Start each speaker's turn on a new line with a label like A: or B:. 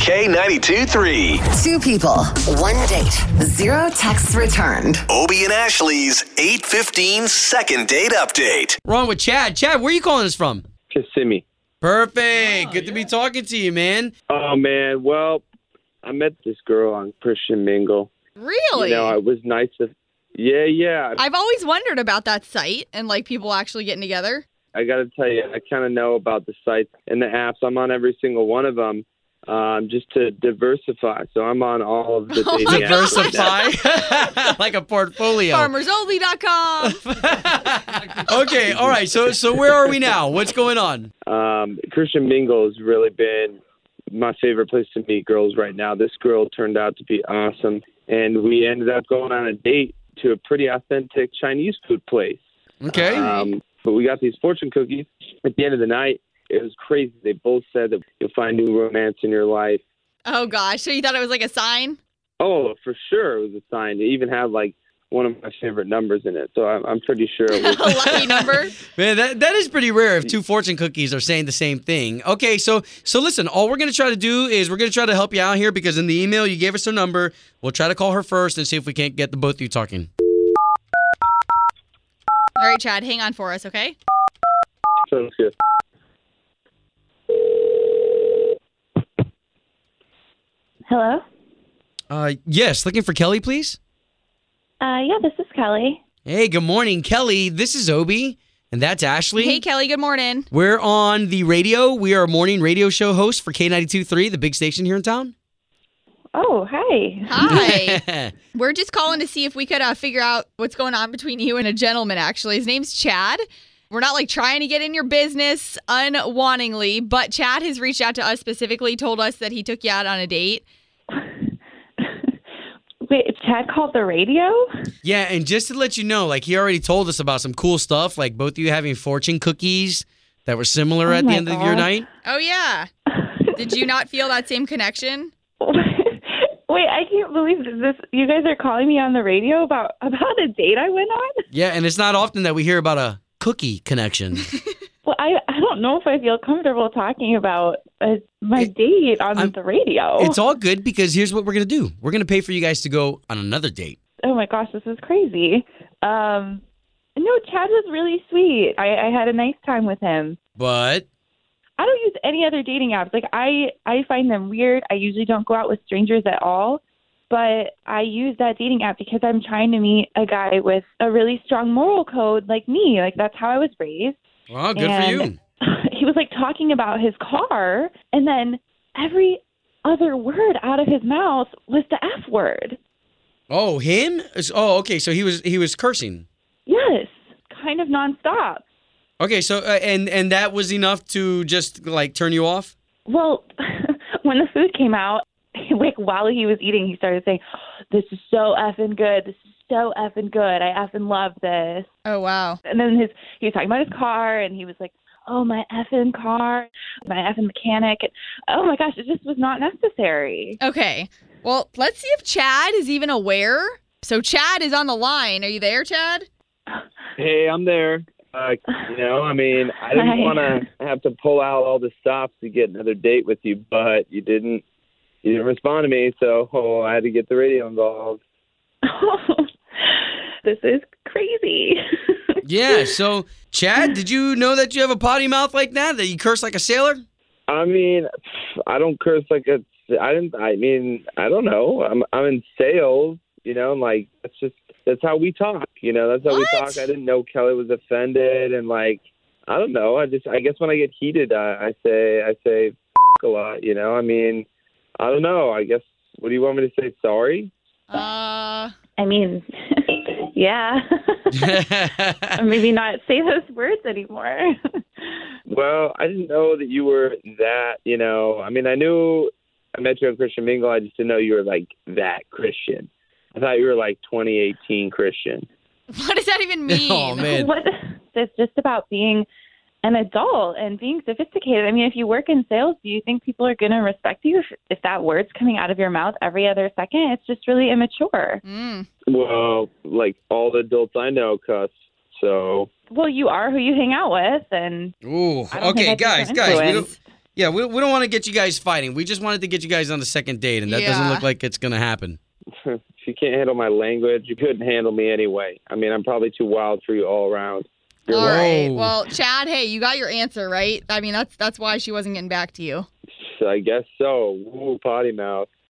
A: K92 3.
B: Two people, one date, zero texts returned.
A: Obie and Ashley's 815 second date update.
C: Wrong with Chad. Chad, where are you calling us from?
D: Kissimmee.
C: Perfect. Good to be talking to you, man.
D: Oh man, well, I met this girl on Christian Mingle.
E: Really?
D: You know, it was nice to. Yeah, yeah.
E: I've always wondered about that site and like people actually getting together.
D: I got to tell you, I kind of know about the sites and the apps. I'm on every single one of them, um, just to diversify. So I'm on all of the dating apps.
C: Diversify like a portfolio.
E: Farmersonly.com.
C: okay, all right. So so where are we now? What's going on?
D: Um, Christian Mingle has really been my favorite place to meet girls right now. This girl turned out to be awesome, and we ended up going on a date to a pretty authentic Chinese food place.
C: Okay.
D: Um, but we got these fortune cookies. At the end of the night, it was crazy. They both said that you'll find new romance in your life.
E: oh gosh. So you thought it was like a sign?
D: Oh, for sure, it was a sign. It even had like one of my favorite numbers in it, so I'm, I'm pretty sure it
E: A
D: was.
E: lucky number?
C: Man, that, that is pretty rare if two fortune cookies are saying the same thing. Okay, so so listen, all we're gonna try to do is we're gonna try to help you out here because in the email you gave us her number. We'll try to call her first and see if we can't get the both of you talking.
E: All right, Chad, hang on for us, okay?
D: Sounds good.
F: Hello.
C: Uh yes, looking for Kelly, please.
F: Uh, yeah, this is Kelly.
C: Hey, good morning, Kelly. This is Obi, and that's Ashley.
E: Hey, Kelly, good morning.
C: We're on the radio. We are a morning radio show host for K92.3, the big station here in town.
F: Oh, hi.
E: Hi. We're just calling to see if we could uh, figure out what's going on between you and a gentleman, actually. His name's Chad. We're not like trying to get in your business unwantingly, but Chad has reached out to us specifically, told us that he took you out on a date.
F: Wait, Chad called the radio?
C: yeah, and just to let you know, like he already told us about some cool stuff, like both of you having fortune cookies that were similar
F: Oh
C: at the
F: my
C: end of your
F: God.
C: night.
E: Oh, yeah. Did you not feel that same connection?
F: Wait, I can't believe that this. You guys are calling me on the radio about about a date I went on.
C: Yeah, and it's not often that we hear about a cookie connection.
F: Well, I I don't know if I feel comfortable talking about uh my date on
C: I'm-
F: the radio.
C: It's all good because here's what we're gonna do. We're gonna pay for you guys to go on another date.
F: oh my gosh, this is crazy. Um, no, Chad was really sweet. I, I had a nice time with him.
C: But
F: I don't use any other dating apps. Like I, I find them weird. I usually don't go out with strangers at all, but I use that dating app because I'm trying to meet a guy with a really strong moral code like me. Like that's how I was raised.
C: well, good for
F: And-
C: you.
F: He was like talking about his car, and then every other word out of his mouth was the F word.
C: Oh, him? Oh, okay. So he was he was cursing.
F: Yes, kind of nonstop.
C: Okay, so uh, and and that was enough to just like turn you off.
F: Well, when the food came out, like while he was eating, he started saying, "This is so effing good. This is so effing good. I effing love this."
E: Oh, wow.
F: And then his he was talking about his car, and he was like, "Oh my effing car, my effing mechanic." Oh my gosh, it just was not necessary.
E: Okay. Well, let's see if Chad is even aware. So, Chad is on the line. Are you there, Chad?
D: Hey, I'm there. Uh, you know, I mean, I didn't
F: Hi.
D: want to have to pull out all the stops to get another date with you, but you didn't. You didn't respond to me, so oh, I had to get the radio involved.
F: this is crazy.
C: Yeah. So, Chad, did you know that you have a potty mouth like that? That you curse like a sailor?
D: I mean, I don't curse like a. I didn't. I mean, I don't know. I'm I'm in sales. You know, and like that's just that's how we talk. You know, that's how we
E: What?
D: talk. I didn't know Kelly was offended, and like I don't know. I just I guess when I get heated, I, I say I say F- a lot. You know, I mean, I don't know. I guess what do you want me to say? Sorry.
E: Uh,
F: I mean, yeah, maybe not say those words anymore.
D: Well, I didn't know that you were that. You know, I mean, I knew I met you on Christian Mingle. I just didn't know you were like that Christian. I thought you were like 2018 Christian.
E: what does that even mean?
C: oh man.
F: what it's just about being an adult and being sophisticated. I mean, if you work in sales, do you think people are going to respect you if, if that word's coming out of your mouth every other second? It's just really immature.
E: Mm.
D: Well, like all the adults I know cuss. So
F: Well, you are who you hang out with, and
C: Ooh.
F: I don't
C: Okay,
F: think I
C: guys,
F: can
C: guys, we don't,
F: influence.
C: Yeah, we, we don't want to get you guys fighting. We just wanted to get you guys on the second date, and that doesn't
E: Yeah.
C: look like it's going to happen.
D: if you can't handle my language, you couldn't handle me anyway. I mean, I'm probably too wild for you all around.
E: All
C: Whoa.
E: right. Well, Chad, hey, you got your answer, right? I mean, that's that's why she wasn't getting back to you.
D: So I guess so. Ooh, potty mouth.